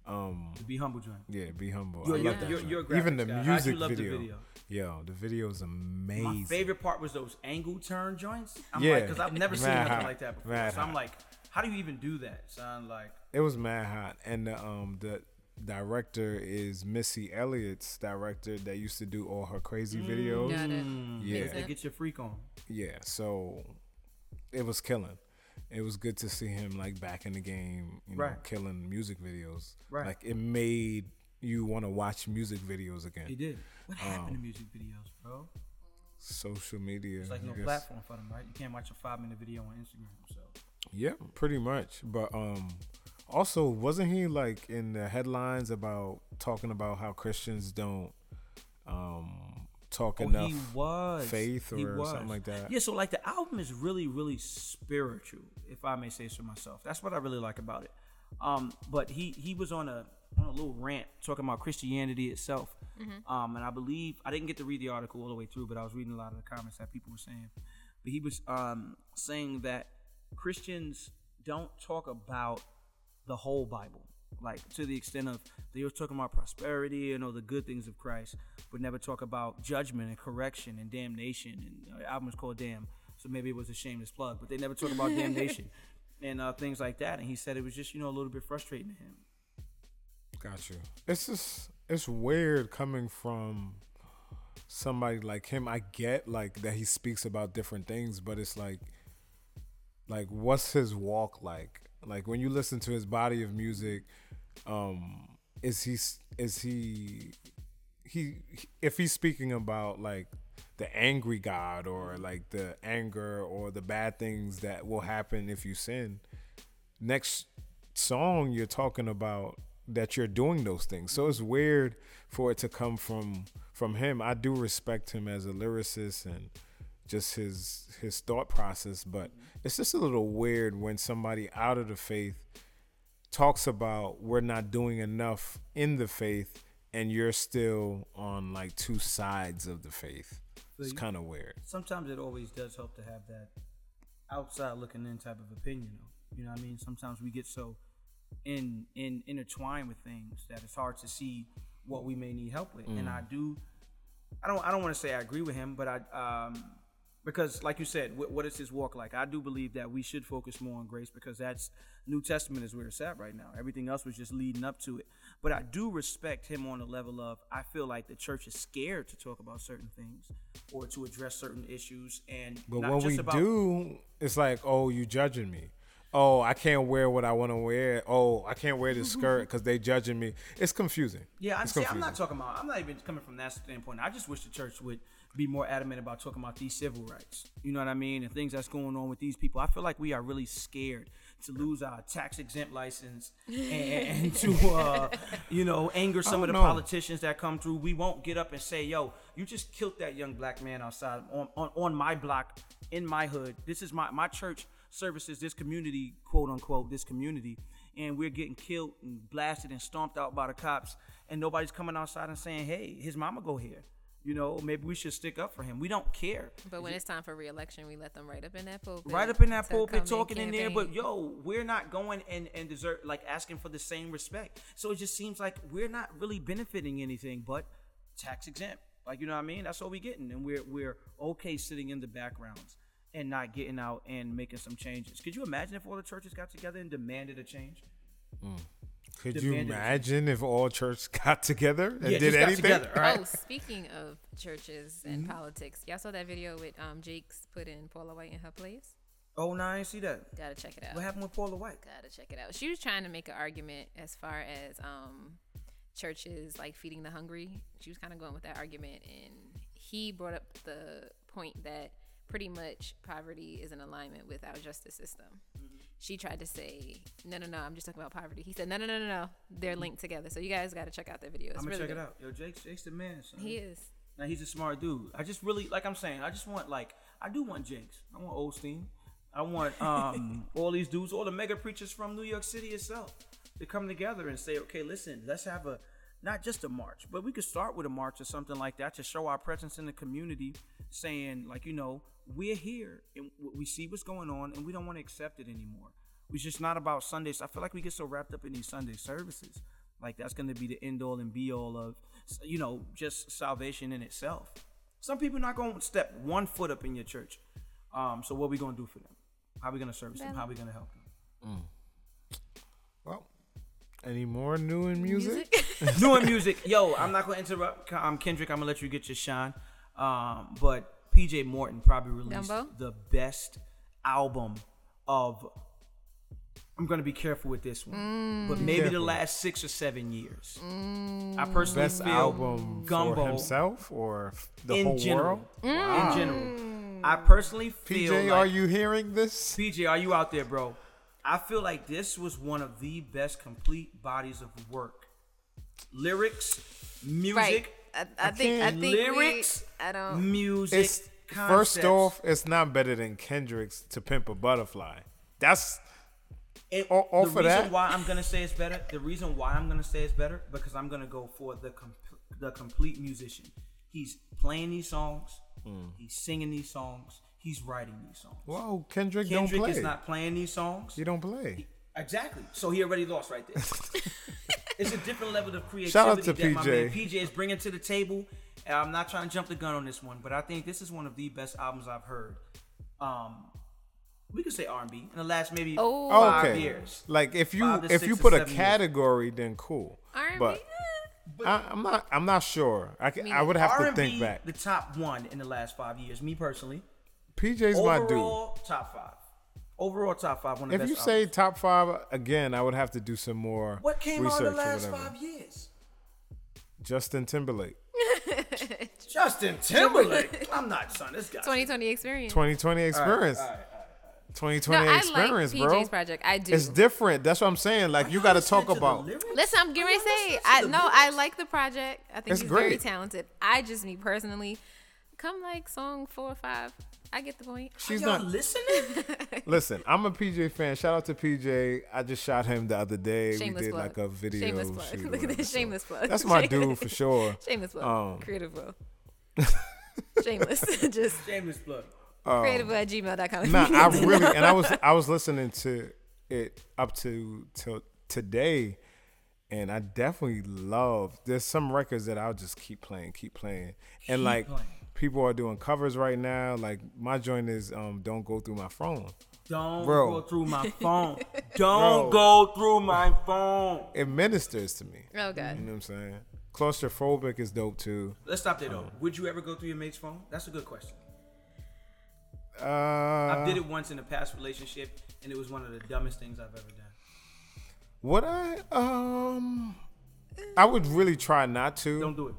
Um, Be humble, John. yeah, be humble. You're- I you're- love that you're- joint. you're a even the graphics guy. How'd you music love the video. video? Yo, the video is amazing. My favorite part was those angle turn joints. I'm Yeah. like, because I've never seen Mad nothing hot. like that before. Mad so I'm hot. like, how do you even do that? Son, like, It was mad hot, and the um the director is Missy Elliott's director that used to do all her Mm. crazy videos. Got it. Yeah, they get your freak on. yeah. So it was killing. It was good to see him like back in the game, you know, Right. killing music videos. Right. Like it made you want to watch music videos again. He did. What happened Um, to music videos, bro? Social media. It's like no I guess. platform for them, right? You can't watch a five minute video on Instagram. So Yeah, pretty much. But um also wasn't he like in the headlines about talking about how Christians don't um talk Oh, enough he was faith He or was. something like that? Yeah, so like the album is really, really spiritual, if I may say so myself. That's what I really like about it. Um, but he he was on a on a little rant talking about Christianity itself. Um, and I believe I didn't get to read the article all the way through, but I was reading a lot of the comments that people were saying. But he was um, saying that Christians don't talk about the whole Bible, like to the extent of they were talking about prosperity and all the good things of Christ, but never talk about judgment and correction and damnation. And uh, the album is called Damn, so maybe it was a shameless plug, but they never talk about damnation and uh, things like that. And he said it was just you know a little bit frustrating to him. Got you. It's just it's weird coming from somebody like him. I get like that he speaks about different things, but it's like like what's his walk like? Like when you listen to his body of music, um is he s- is he he if he's speaking about like the angry god or like the anger or the bad things that will happen if you sin next song you're talking about that you're doing those things so it's weird for it to come from from him i do respect him as a lyricist and just his his thought process but it's just a little weird when somebody out of the faith talks about we're not doing enough in the faith and you're still on like two sides of the faith it's kind of weird Sometimes it always does help to have that outside looking in type of opinion. Though. You know what I mean? Sometimes we get so in in intertwined with things that it's hard to see what we may need help with. Mm. And I do, I don't, I don't want to say I agree with him, but I, um, because like you said, wh- what is his walk like? I do believe that we should focus more on grace because that's New Testament is where it's at right now. Everything else was just leading up to it. But I do respect him on the level of I feel like the church is scared to talk about certain things or to address certain issues and But not when just we about, do, it's like, oh, you judging me. oh, I can't wear what I want to wear. Oh, I can't wear this skirt because they judging me. It's confusing. Yeah, I'm, It's see, I'm confusing. not talking about. I'm not even coming from that standpoint. I just wish the church would be more adamant about talking about these civil rights. You know what I mean? And things that's going on with these people. I feel like we are really scared to lose our tax exempt license and, and- and to, uh, you know, anger some of the don't know. politicians that come through. We won't get up and say, "Yo, you just killed that young black man outside on on, on my block in my hood. This is my my church services this community, quote unquote, this community." and we're getting killed and blasted and stomped out by the cops and nobody's coming outside and saying hey his mama go here you know maybe we should stick up for him we don't care But when it's time for reelection, we let them right up in that pulpit. right up in that to come pulpit and talking in there but campaign. yo we're not going and and deserve like asking for the same respect so it just seems like we're not really benefiting anything but tax exempt like you know what i mean that's all we're getting and we're we're okay sitting in the backgrounds and not getting out and making some changes could you imagine if all the churches got together and demanded a change Could you demanded- imagine if all church got together and Yeah, did just got anything? together, all right? Mm-hmm. Oh, speaking of churches and politics, y'all saw that video with um Jake's put in Paula White in her place. oh no i didn't see that Gotta check it out. What happened with Paula White? Gotta check it out. She was trying to make an argument as far as um churches like feeding the hungry. She was kind of going with that argument, and he brought up the point that pretty much poverty is in alignment with our justice system. Mm-hmm. She tried to say, "No, no, no, I'm just talking about poverty." He said, "No, no, no, no, no, they're linked together." So you guys gotta check out that video. It's I'm gonna really check good. it out. Yo, Jake's Jake's the man. Son. He is. Now he's a smart dude. I just really like I'm saying. I just want like I do want Jake's. I want Osteen. I want um all these dudes, all the mega preachers from New York City itself, to come together and say, okay, listen, let's have a not just a march, but we could start with a march or something like that to show our presence in the community, saying like you know we're here and w- we see what's going on and we don't want to accept it anymore. It's just not about Sundays. I feel like we get so wrapped up in these Sunday services. Like that's going to be the end all and be all of, you know, just salvation in itself. Some people not going to step one foot up in your church. Um, so what we going to do for them? How we going to service them? How we going to help them? Well, any more new in music? Doing music, yo. I'm not going to interrupt. I'm Kendrick. I'm going to let you get your shine. Um, but PJ Morton probably released Dumbo? the best album of. I'm going to be careful with this one, Mm. but maybe the careful. last six or seven years. I personally Best feel album Gumbo for himself or f- the in whole general. world? In Mm. general, I personally feel PJ, like, are you hearing this? PJ, are you out there, bro? I feel like this was one of the best complete bodies of work. Lyrics, music, Right. I, I think. I can't- think lyrics, We, I don't. music. It's first concepts. off, it's not better than Kendrick's "To Pimp a Butterfly." That's And o- off of the reason that- why I'm gonna say it's better. The reason why I'm gonna say it's better because I'm gonna go for the com- the complete musician. He's playing these songs. Mm. He's singing these songs. He's writing these songs. whoa. Kendrick, don't Kendrick play. is not playing these songs. you don't play. Exactly. So he already lost right there. it's a different level of creativity Shout out to that my man PJ. PJ is bringing to the table. And I'm not trying to jump the gun on this one, but I think this is one of the best albums I've heard. Um, we could say R&B in the last maybe Oh. five okay. years. Like if you Five to if six you to put a seven years. category, then cool. R&B. But I, I'm not. I'm not sure. I, c- I would have R&B, to think back. the top one in the last five years. Me personally, PJ's my dude. overall top five. Overall top five. One of the If you best say albums. top five again, I would have to do some more what came research out in the or last whatever. five years? Justin Timberlake, Justin Timberlake. I'm not son. This guy. 2020 experience. 2020 experience, 2020 No, I like experience, PJ's bro. project. I do. It's different. That's what I'm saying. Like you got to talk Listen the about. lyrics. Listen, I'm getting ready to say, I no, I like the project. I think It's he's very great. talented. I just me personally, come like song four or five. I get the point. She's Y'all not. listening? Listen, I'm a PJ fan. Shout out to PJ. I just shot him the other day. Shameless we did plug. like a video. Shameless plug. shoot or Look at whatever, this so shameless plug. That's my dude for sure. Shameless plug. Um, creative will. Shameless. just Shameless plug. creative at gmail.com. Um, Nah, I really and I was I was listening to it up to till today, and I definitely love. There's some records that I'll just keep playing, keep playing, and like playing. people are doing covers right now. Like my joint is um, "Don't Go Through My Phone." Don't Bro. go through my phone. Don't go through my phone. It ministers to me. Oh, God. you know what I'm saying. Claustrophobic is dope too. Let's stop there though. Would you ever go through your mate's phone? That's a good question. Uh, I did it once in a past relationship, and it was one of the dumbest things I've ever done. Would I? Um, I would really try not to. Don't do it.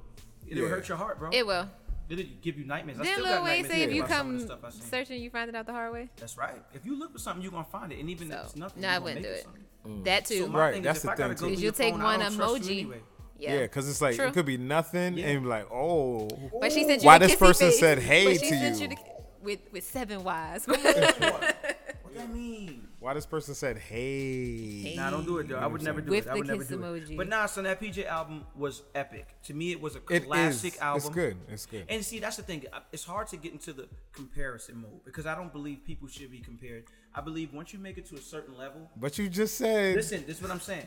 It'll Yeah. hurt your heart, bro. It will. It'll give you nightmares. I Then still Lil got Wayne nightmares say if about you some of come the stuff I seen. searching, you find it out the hard way. That's right. If you look for something, you're gonna find it, and even if So it's nothing, no, you I gonna wouldn't do make it. something. That too. So my Right, thing that's is, the if I gotta thing, go too. through Is your you'll take phone, I one don't trust you emoji. anyway. Yeah, because it's like True. it could be nothing, Yeah. and be like, oh, But she sent you Why the this kissy person face. said But hey she to sent you. the- with with seven Y's. What that mean? why this person said hey. Nah, don't do it, though. I would never do With it. I the would never kiss do emoji. it. But nah, son, that PJ album was epic. To me, it was a It is. classic album. It's good. It's good. And see, that's the thing. I- It's hard to get into the comparison mode because I don't believe people should be compared. I believe once you make it to a certain level, but you just said listen, this is what I'm saying.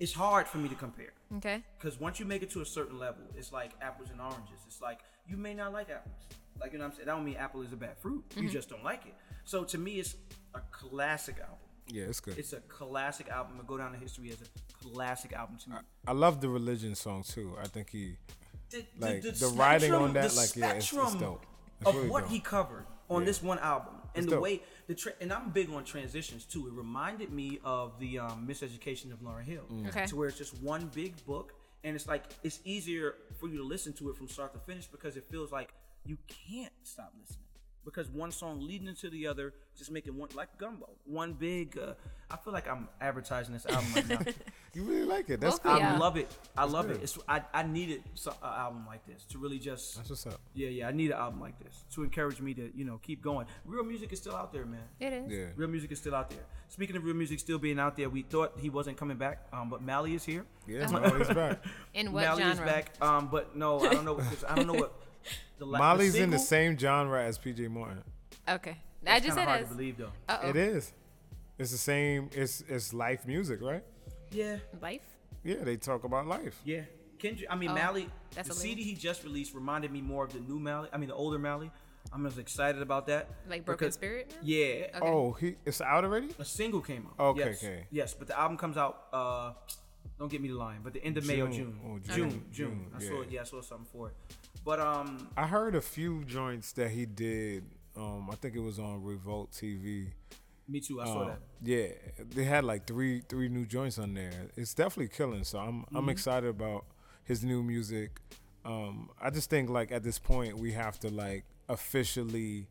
it's hard for me to compare okay. because once you make it to a certain level, it's like apples and oranges. It's like you may not like apples. Like you know what I'm saying? I don't mean apple is a bad fruit. You Mm-hmm. just don't like it. So to me, it's a classic album. yeah, it's good. It's a classic album. It'll go down in history as a classic album to me. I love the religion song too. I think he The, like, the writing on that, the like, yeah, it's- it's spectrum dope. It's of really what dope. he covered on this one album, and It's the dope. way the tra- and I'm big on transitions too. It reminded me of the um, Miseducation of Lauren Hill, Mm. Okay. to where it's just one big book, and it's like it's easier for you to listen to it from start to finish because it feels like you can't stop listening because one song leading into the other, just making one like gumbo, one big. Uh, I feel like I'm advertising this album right now. you really like it. That's Both of good. y'all. I love it. I love it. It's I, I needed an album like this to really just That's what's up. yeah yeah I need an album like this to encourage me to you know keep going. Real music is still out there, man. It is. Yeah. Real music is still out there. Speaking of real music still being out there, we thought he wasn't coming back, um, but Mally is here. Yeah, no, he's back. In what Mally genre? is back, um, but no, I don't know. 'cause I don't know what. The, la- Molly's in the single- same genre as PJ Morton. Okay. I It's just kinda said hard as. to believe though. Uh-oh. It is. It's the same. It's it's life music, right? Oh. Yeah, Life. Yeah, they talk about life. yeah. Kendrick, I mean Oh, Mally. that's a the lyric. CD he just released reminded me more of the new Mally. I mean the older Mally. I'm as excited about that. Like Broken because- Spirit? Yeah, Okay. Oh, he it's out already. A single came out. Okay, yes. okay. Yes, but the album comes out. Uh, don't get me the line, but the end of May or June. June. Oh, June, June, June. June, I saw. yeah. Yeah, I saw something for it. But um, I heard a few joints that he did. Um, I think it was on Revolt TV. me too. I saw Um, that. Yeah, they had like three three new joints on there. It's definitely killing. So I'm Mm-hmm. I'm excited about his new music. Um, I just think like at this point we have to like officially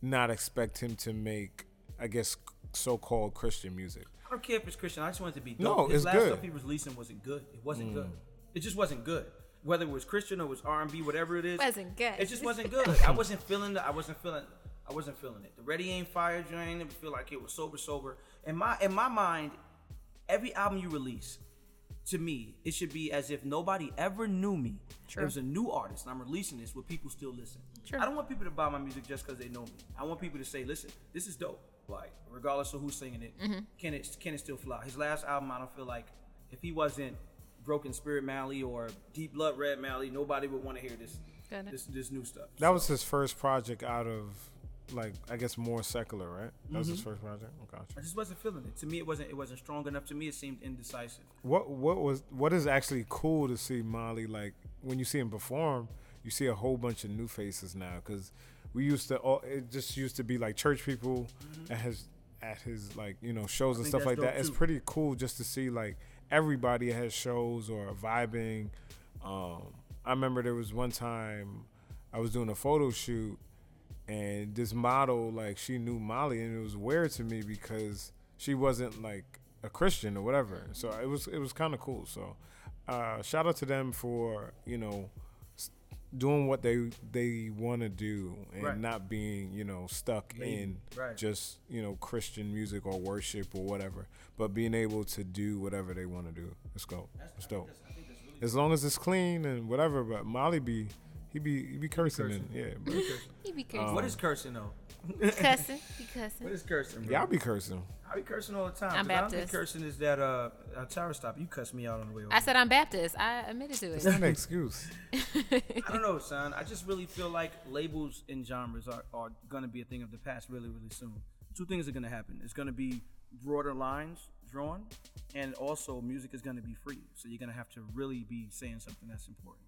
not expect him to make I guess so-called Christian music. I don't care if it's Christian. I just want it to be. Dope. No, His it's last good. Mm. stuff he was releasing wasn't good. It wasn't good. It just wasn't good. Whether it was Christian or it was R and B, whatever it is, Wasn't good. It just wasn't good. I wasn't feeling. The, I wasn't feeling. I wasn't feeling it. The Ready Ain't Fire joint. It feel like it was sober, sober. In my in my mind, every album you release, to me, it should be as if nobody ever knew me. It was a new artist, and I'm releasing this where people still listen. True. I don't want people to buy my music just because they know me. I want people to say, "Listen, this is dope." Like, regardless of who's singing it, Mm-hmm. can it can it still fly? His last album, I don't feel like if he wasn't Broken Spirit Mally or Deep Blood Red Mally, nobody would want to hear this Got it. this this new stuff. That was his first project out of like I guess more secular, right? That was his Mm-hmm. first project. Okay. I just wasn't feeling it. To me, it wasn't it wasn't strong enough. To me, it seemed indecisive. What what was what is actually cool to see Molly like when you see him perform, you see a whole bunch of new faces now because we used to all it just used to be like church people at his at his like you know shows and Mm-hmm. think stuff that's like that. dope, It's too. pretty cool just to see like everybody at his shows or vibing. Um, I remember there was one time I was doing a photo shoot and this model like she knew Molly and it was weird to me because she wasn't like a Christian or whatever. So it was it was kind of cool. So uh, shout out to them for you know s- doing what they they want to do and Right. not being you know stuck in Right. just you know Christian music or worship or whatever, but being able to do whatever they want to do. Let's go. Let's dope. As long as it's clean and whatever, but Molly be he be he be cursing, and yeah, bro. He be Oh. cursing. what is cursing though? cussing? He What cussing. is cursing? Bro? y'all be cursing. I be cursing all the time. I'm 'cause I don't think Baptist. cursing is that uh, uh tower stop. You cuss me out on the way over. I said I'm Baptist. I admitted to It's it. not an excuse. I don't know, son. I just really feel like labels and genres are, are gonna be a thing of the past really, really soon. Two things are gonna happen. It's gonna be broader lines drawn, and also music is gonna be free. So you're gonna have to really be saying something that's important.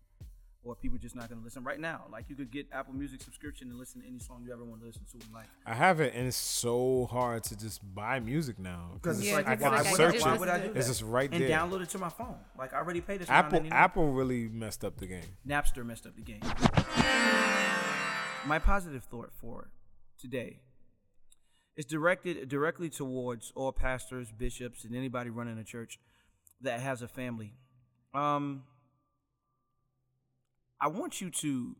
or people just not gonna listen right now. Like you could get Apple Music subscription and listen to any song you ever want to listen to in life. I have it, and it's so hard to just buy music now Because it's Yeah, like, because why, like, I would- can just why would I do listen that? to It's just right and there. download it to my phone. Like I already paid it. Apple Apple really messed up the game. Napster messed up the game. My positive thought for today is directed directly towards all pastors, bishops, and anybody running a church that has a family. Um, I want you to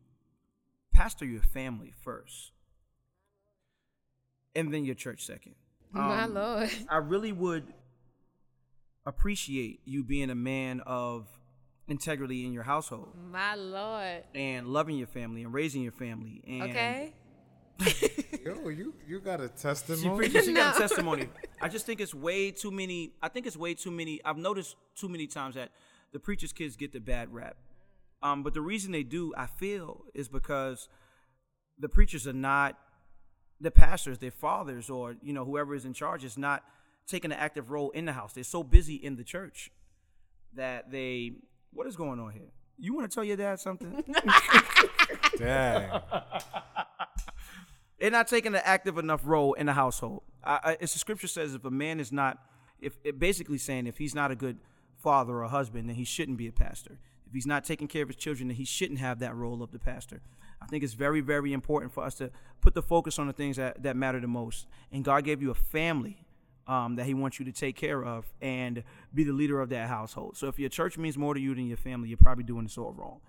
pastor your family first, and then your church second. My Um, lord. I really would appreciate you being a man of integrity in your household My lord. and loving your family and raising your family. And Okay. Yo, you you got a She, testimony? preaches, she got a No. testimony. I just think it's way too many. I think it's way too many. I've noticed too many times that the preacher's kids get the bad rap. Um, but the reason they do, I feel, is because the preachers are not the pastors, their fathers, or you know whoever is in charge is not taking an active role in the house. They're so busy in the church that they. What is going on here? You want to tell your dad something? Dang. they're not taking an active enough role in the household. I, I, it's the scripture says if a man is not, if it basically saying if he's not a good father or husband, then he shouldn't be a pastor. If he's not taking care of his children, then he shouldn't have that role of the pastor. I think it's very, very important for us to put the focus on the things that, that matter the most. And God gave you a family um, that He wants you to take care of and be the leader of that household. So if your church means more to you than your family, you're probably doing this all wrong.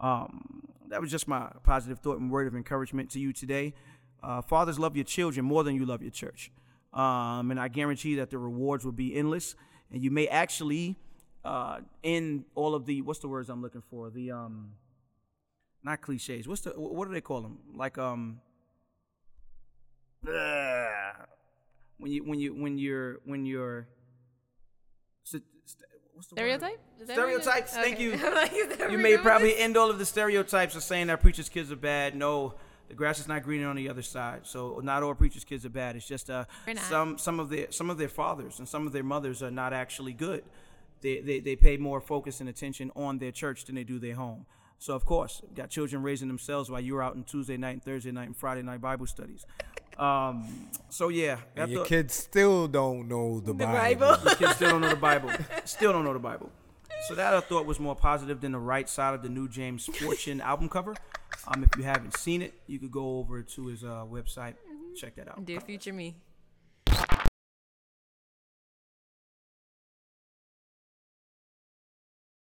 Um, that was just my positive thought and word of encouragement to you today. Uh, fathers, love your children more than you love your church. Um, and I guarantee that the rewards will be endless. And you may actually uh, end all of the, what's the words I'm looking for? The, um, not cliches. What's the, wh- what do they call them? Like, um, ugh. when you, when you, when you're, when you're, st- st- what's the word? Stereotype? Is that what it is? Stereotypes. Thank Okay. you. I'm like, is that what you we're may doing? probably end all of the stereotypes of saying that preachers' kids are bad. No, the grass is not greener on the other side. So not all preachers' kids are bad. It's just uh, They're not. some some of their some of their fathers and some of their mothers are not actually good. They, they they pay more focus and attention on their church than they do their home. So of course, you got children raising themselves while you're out on Tuesday night and Thursday night and Friday night Bible studies. Um, so yeah, I And your thought- kids still don't know the, The Bible. Bible. Kids still don't know the Bible. Still don't know the Bible. So that I thought was more positive than the right side of the new James Fortune album cover. Um, if you haven't seen it, you could go over to his uh, website, check that out. Dear future me.